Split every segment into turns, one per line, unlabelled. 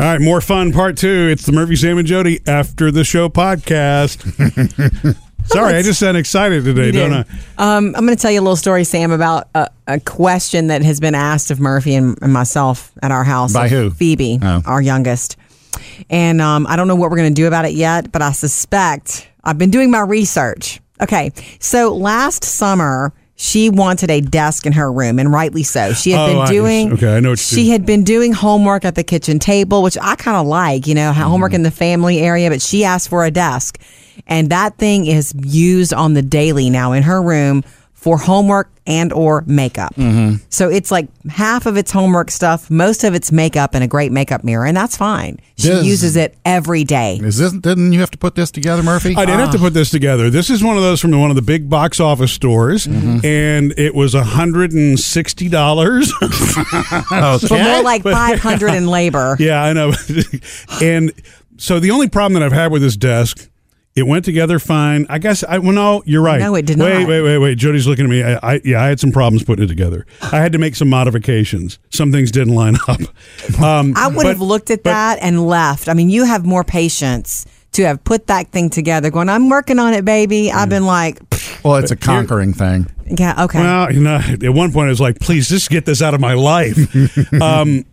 All right, more fun part two. It's the Murphy, Sam, and Jody after the show podcast. Sorry, I just sound excited today,
You
don't I?
did. Um, I'm going to tell you a little story, Sam, about a, a question that has been asked of Murphy and, and myself at our house.
By
of
who?
Phoebe,
Oh.
our youngest. And um, I don't know what we're going to do about it yet, but I suspect I've been doing my research. Okay. So last summer, she wanted a desk in her room, and rightly so. She had
Oh, I
been
just-
doing.
okay, I know what you
She
do.
had been doing homework at the kitchen table, which I kind of like, you know,
Mm-hmm.
homework in the family area, but she asked for a desk. And that thing is used on the daily now in her room for homework and or makeup.
Mm-hmm.
So it's like half of it's homework stuff, most of it's makeup and a great makeup mirror, and that's fine. She
Does-
uses it every day.
Is this? Didn't you have to put this together, Murphy?
I did
Ah.
have to put this together. This is one of those from one of the big box office stores,
Mm-hmm.
and it was hundred and sixty dollars.
Okay.
But Oh, more like 500 in labor.
yeah, I know. and so the only problem that I've had with this desk, it went together fine. I guess I well, no, you're right.
No, it did
wait,
not.
Wait, wait, wait, Jody's looking at me. I, I yeah, I had some problems putting it together. I had to make some modifications. Some things didn't line up. Um,
I would
but-
have looked at
but-
that and left. I mean, you have more patience to have put that thing together going, I'm working on it, baby. I've
Mm.
been like,
Well, it's a conquering thing.
yeah, okay.
Well, you know, at one point I was like, please just get this out of my life. um,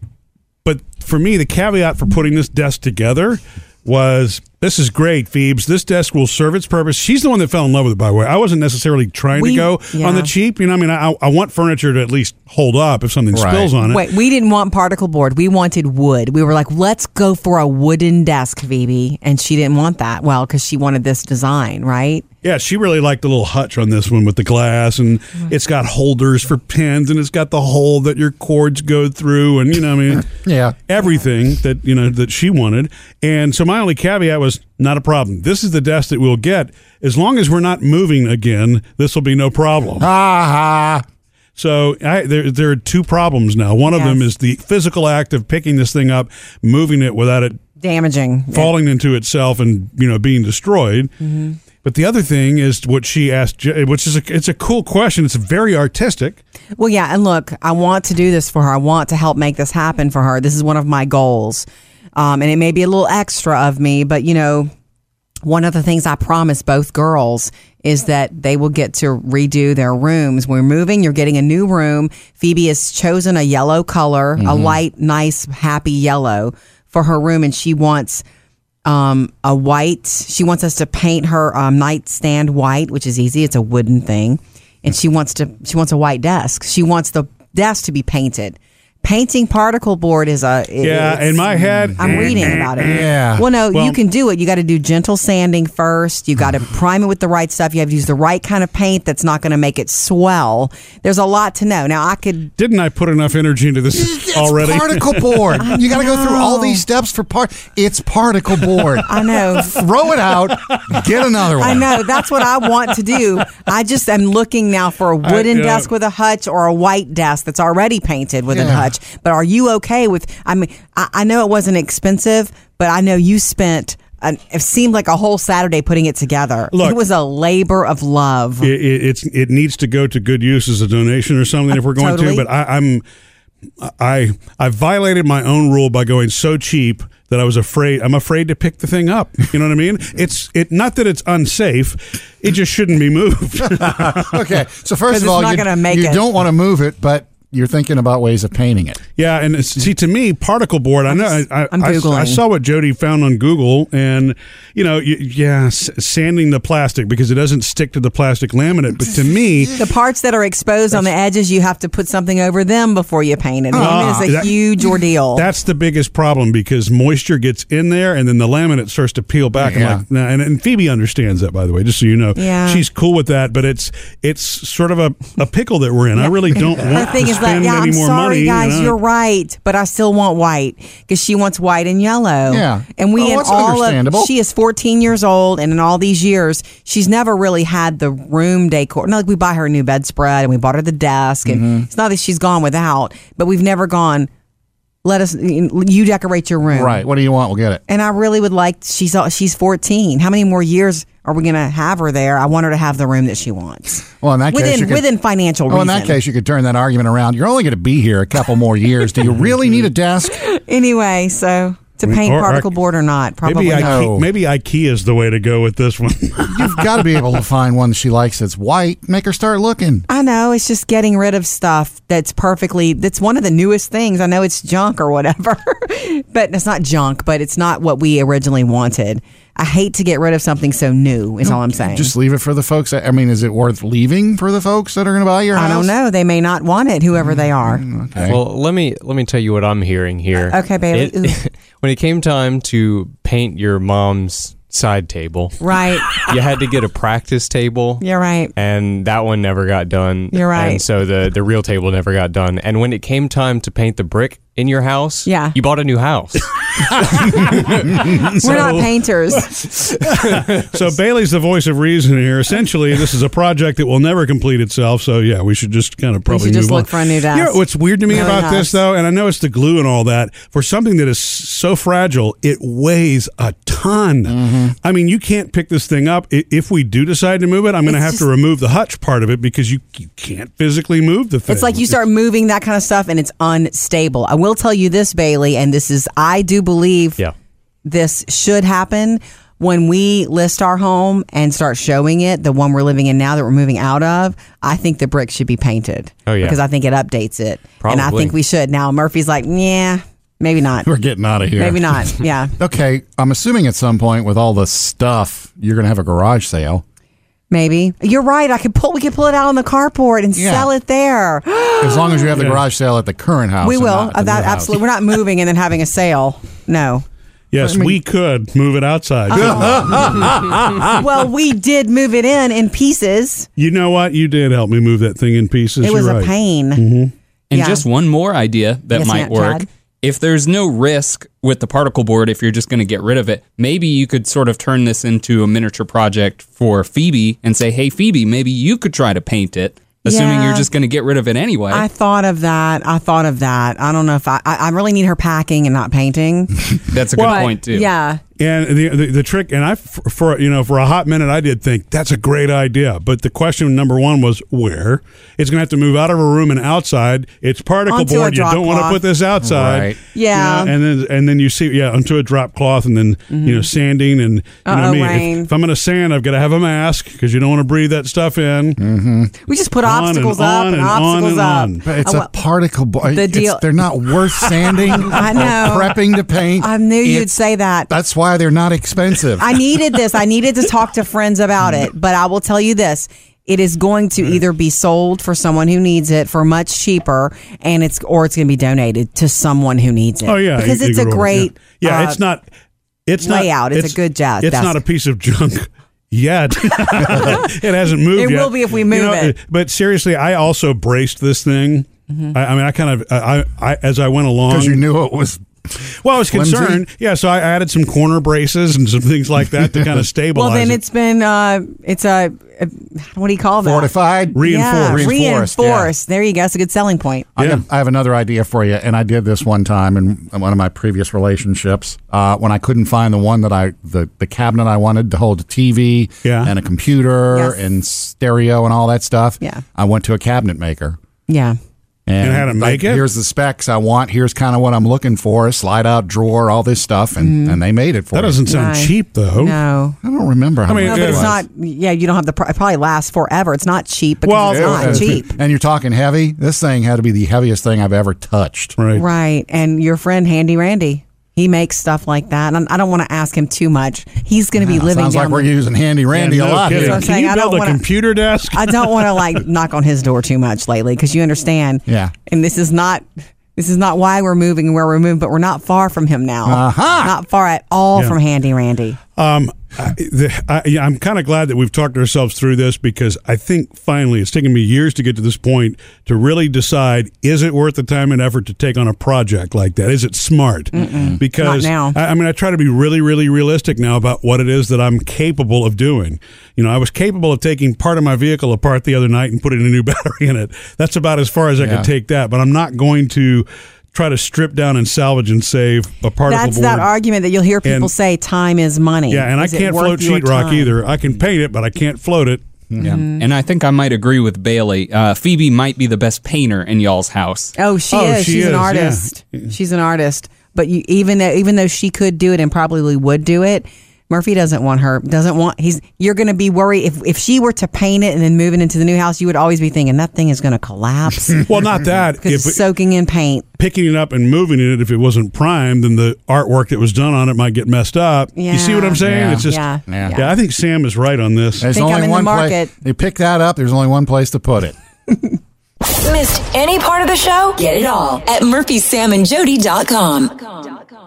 but for me, the caveat for putting this desk together was this is great, Phoebes. This desk will serve its purpose. She's the one that fell in love with it, by the way. I wasn't necessarily trying
We-
to go on
yeah.
the cheap. You know, I mean, I, I want furniture to at least hold up if something
Right.
spills on it.
Wait, we didn't want particle board. We wanted wood. We were like, let's go for a wooden desk, Phoebe. And she didn't want that. Well, because she wanted this design, right?
Yeah, she really liked the little hutch on this one with the glass, and it's got holders for pens, and it's got the hole that your cords go through, and you know, I mean,
Yeah.
everything that you know that she wanted. And so my only caveat was not a problem. This is the desk that we'll get as long as we're not moving again. This will be no problem.
Ah, ha.
So I, there, there are two problems now. One of them
Yes.
is the physical act of picking this thing up, moving it without it
Damaging.
falling into itself and you know being destroyed.
Mm-hmm.
But the other thing is what she asked, Je- which is a, it's a cool question. It's very artistic.
Well, yeah, and look, I want to do this for her. I want to help make this happen for her. This is one of my goals. Um, and it may be a little extra of me, but you know, one of the things I promise both girls is that they will get to redo their rooms. We're moving, you're getting a new room. Phoebe has chosen a yellow color, a light, nice, happy yellow for her room, and she wants um, a white. She wants us to paint her um, nightstand white, which is easy. It's a wooden thing, and she wants to. She wants a white desk. She wants the desk to be painted. Painting particle board is Mm. a
Yeah,
it's-
in my head,
I'm reading about it.
Yeah.
Well, no,
Well-
you can do it. You got to do gentle sanding first. You got to prime it with the right stuff. You have to use the right kind of paint that's not going to make it swell. There's a lot to know. Now, I could.
Didn't I put enough energy into this
It's
already?
particle board. You got to go through all
know.
these steps for part. It's particle board.
I know.
Throw it out. Get another one.
I know. That's what I want to do. I just am looking now for a wooden
yeah.
desk with a hutch or a white desk that's already painted with a
Yeah.
hutch. But are you okay with? I mean, I, I know it wasn't expensive, but I know you spent. An, it seemed like a whole Saturday putting it together.
Look.
it was a labor of love.
It, it, it's it needs to go to good use as a donation or something if we're going
Totally.
to. But I, I'm I I violated my own rule by going so cheap that I was afraid. I'm afraid to pick the thing up. You know what I mean? It's it not that it's unsafe. It just shouldn't be moved.
Okay. So
'Cause
first
it's
of all,
not
you,
gonna make
you
it.
don't want to move it, but you're thinking about ways of painting it.
Yeah, and it's, see, to me, particle board. I know. I, I,
I'm
I-
Googling.
I saw what Jody found on Google, and you know, y- yeah, s- sanding the plastic because it doesn't stick to the plastic laminate. But to me,
The parts that are exposed on the edges, you have to put something over them before you paint it.
Ah,
it is a
that-
huge ordeal.
that's the biggest problem because moisture gets in there, and then the laminate starts to peel back.
Yeah.
And, like, nah, and and Phoebe understands that, by the way, just so you know.
Yeah.
she's cool with that, but it's it's sort of a, a pickle that we're in. I really don't
the
want
thing
to
is that,
spend
yeah,
any
I'm
more
sorry,
money. you
guys,
know?
you are right, but I still want white because she wants white and yellow.
Yeah.
and we
Oh,
in
that's
all
understandable.
of she is 14 years old, and in all these years, she's never really had the room decor. Not like we buy her a new bedspread and we bought her the desk, and it's not that she's gone without, but we've never gone. Let us you decorate your room,
Right. What do you want? We'll get it.
and I really would like she's uh, she's 14. How many more years are we going to have her there? I want her to have the room that she wants.
Well, in that case,
within
you could-
within financial
Well,
reason.
in that case, you could turn that argument around. You're only going to be here a couple more years. Do you really need a desk?
anyway, so to
mean,
paint
or- or-
particle board or not. Probably
Maybe,
not.
No.
Ikea, maybe IKEA is the way to go with this one.
You've got to be able to find one she likes that's white. Make her start looking.
I know it's just getting rid of stuff that's perfectly that's one of the newest things. I know it's junk or whatever, but it's not junk, but it's not what we originally wanted. I hate to get rid of something so new. Is all I'm saying.
Just leave it for the folks. That, I mean, is it worth leaving for the folks that are going to buy your
I
house?
don't know. They may not want it. Whoever they are.
Okay.
Well, let me let me tell you what I'm hearing here.
Uh, okay, Bailey.
It- when it came time to paint your mom's side table,
Right.
you had to get a practice table.
You're right.
And that one never got done.
You're right.
And so the the real table never got done. And when it came time to paint the brick in your house,
Yeah.
you bought a new house.
We're not painters.
so Bailey's the voice of reason here. Essentially, this is a project that will never complete itself. So yeah, we should just kind of probably
should just
move on.
look for a new desk.
You know what's weird to me
Really
about this
nice.
though, and I know it's the glue and all that. For something that is so fragile, it weighs a ton.
Mm-hmm.
I mean, you can't pick this thing up. I- If we do decide to move it, I'm going to
It's
have to
just-
remove the hutch part of it because you you can't physically move the thing.
It's like you start moving that kind of stuff and it's unstable. I will tell you this, Bailey, and this is, I do believe
Yeah.
this should happen when we list our home and start showing it, the one we're living in now that we're moving out of. I think the brick should be painted.
Oh, yeah.
Because I think it updates it. And I
Probably.
think we should. Now, Murphy's like, yeah, maybe not.
We're getting out of here.
Maybe not. Yeah.
Okay, I'm assuming at some point with all the stuff, you're going to have a garage sale.
Maybe. You're right. I could pull, we could pull it out on the carport and
Yeah.
sell it there.
As long as you have the garage sale at the current house.
we
and
will.
not the
Uh,
new
that
house.
absolutely. We're not moving and then having a sale. No.
yes, we could move it outside.
Oh. well, we did move it in in pieces.
you know what? You did help me move that thing in pieces.
it was
You're
a
right. Mm-hmm.
pain.
And
Yeah.
just one more idea that
Yes,
might
Matt,
work.
Chad?
If there's no risk with the particle board, if you're just going to get rid of it, maybe you could sort of turn this into a miniature project for Phoebe and say, hey, Phoebe, maybe you could try to paint it, assuming
Yeah.
you're just going to get rid of it anyway.
I thought of that. I thought of that. I don't know if I. I, I really need her packing and not painting.
That's a
But,
good point, too.
Yeah.
And the, the the trick, and I f- for you know for a hot minute I did think that's a great idea, but the question number one was where it's going to have to move out of a room and outside. It's particle
Onto a
board. You
drop
don't want to
cloth.
put this outside.
Right.
you
Yeah. Mm-hmm.
know, and then and then you see yeah onto a drop cloth, and then you know sanding and you know what I
Uh-oh,
mean. If-
Wayne.
If, I'm going to sand, I've got to have a mask because you don't want to breathe that stuff in.
We just put
On and
obstacles
on
up and,
and on
obstacles
and
up. Oh,
on.
But it's
I
a
wa-
particle board.
Uh, The
It's-
deal-
they're not worth sanding.
I know.
Or prepping to paint.
I knew you'd
It's-
say that.
That's why they're not expensive.
I needed this. I needed to talk to friends about it. But I will tell you this. It is going to either be sold for someone who needs it for much cheaper, and it's or it's going to be donated to someone who needs it.
Oh yeah,
because
you- you
it's
go
a
to order,
great
Yeah, Yeah,
uh,
it's not. It's not
layout. It's a good job-
It's
desk.
not a piece of junk yet. it hasn't moved.
It
yet.
will be if we move it. Mm-hmm.
But seriously, I also braced this thing. I, I mean, I kind of, I, I, I as I went along,
Because you knew it was.
well, I was
flimsy.
concerned. Yeah, so I added some corner braces and some things like that to kind of stabilize.
Well, then
it.
it's been uh, it's a, a what do you call that?
Fortified.
Yeah,
Reinforced.
reinforced.
Reinforced, yeah.
There you go. It's a good selling point.
I,
Yeah.
have, I have another idea for you, and I did this one time in one of my previous relationships uh, when I couldn't find the one that I the, the cabinet I wanted to hold a TV
Yeah.
and a computer
Yes.
and stereo and all that stuff.
Yeah.
I went to a cabinet maker.
Yeah.
And,
And had 'em
like,
make it?
Here's the specs I want. Here's kind of what I'm looking for. A slide out drawer, all this stuff, and,
Mm-hmm.
and they made it for
that
me.
doesn't sound
Right.
cheap though.
No.
I don't remember. How
I mean,
much
Oh.
No, but
it
it's
was.
not. Yeah, you don't have the. pr- It probably lasts forever. It's not cheap because
Well,
it's
it
not
was.
cheap.
And you're talking heavy. This thing had to be the heaviest thing I've ever touched.
Right.
Right. And your friend Handy Randy, he makes stuff like that. And I don't want to ask him too much. He's going to be
Wow,
living
sounds like
down.
we're
the-
using Handy
Yeah,
Randy
no
a lot.
kidding.
That's what I'm
Here.
Can
saying. I
you build a
don't wanna-
computer desk?
I don't want to like knock on his door too much lately because you understand.
Yeah.
And this is not. This is not why we're moving and where we're moving, but we're not far from him now. Uh-huh. Not far at all
Yeah.
from Handy Randy.
Um, I, the, I, yeah, I'm kind of glad that we've talked ourselves through this because I think finally it's taken me years to get to this point to really decide is it worth the time and effort to take on a project like that? Is it smart? Because
Not now.
I, I mean, I try to be really, really realistic now about what it is that I'm capable of doing. You know, I was capable of taking part of my vehicle apart the other night and putting a new battery in it. That's about as far as I
Yeah.
could take that, but I'm not going to try to strip down and salvage and save a particle
That's
board.
that argument that you'll hear people
And-
say time is money.
Yeah, and
Is
I
it
can't float
worth your
sheetrock
time?
either. I can paint it, but I can't float it.
Yeah.
Mm-hmm.
And I think I might agree with Bailey. Uh, Phoebe might be the best painter in y'all's house.
Oh, she
Oh,
is.
she
She's
is,
an
yeah.
artist. She's an artist. But you, even though even though she could do it and probably would do it, Murphy doesn't want her. Doesn't want he's. You're going to be worried if if she were to paint it and then move it into the new house. You would always be thinking that thing is going to collapse because
Well, not that. If
it's soaking in paint.
picking it up and moving it, if it wasn't primed, then the artwork that was done on it might get messed up. You see what I'm
Yeah.
saying?
Yeah.
It's just,
Yeah.
yeah.
Yeah.
I think Sam is right on this.
There's
Think I'm
only
in the
one
market.
place. You pick that up. There's only one place to put it.
Missed any part of the show? Get it all at murphysamandjody.com.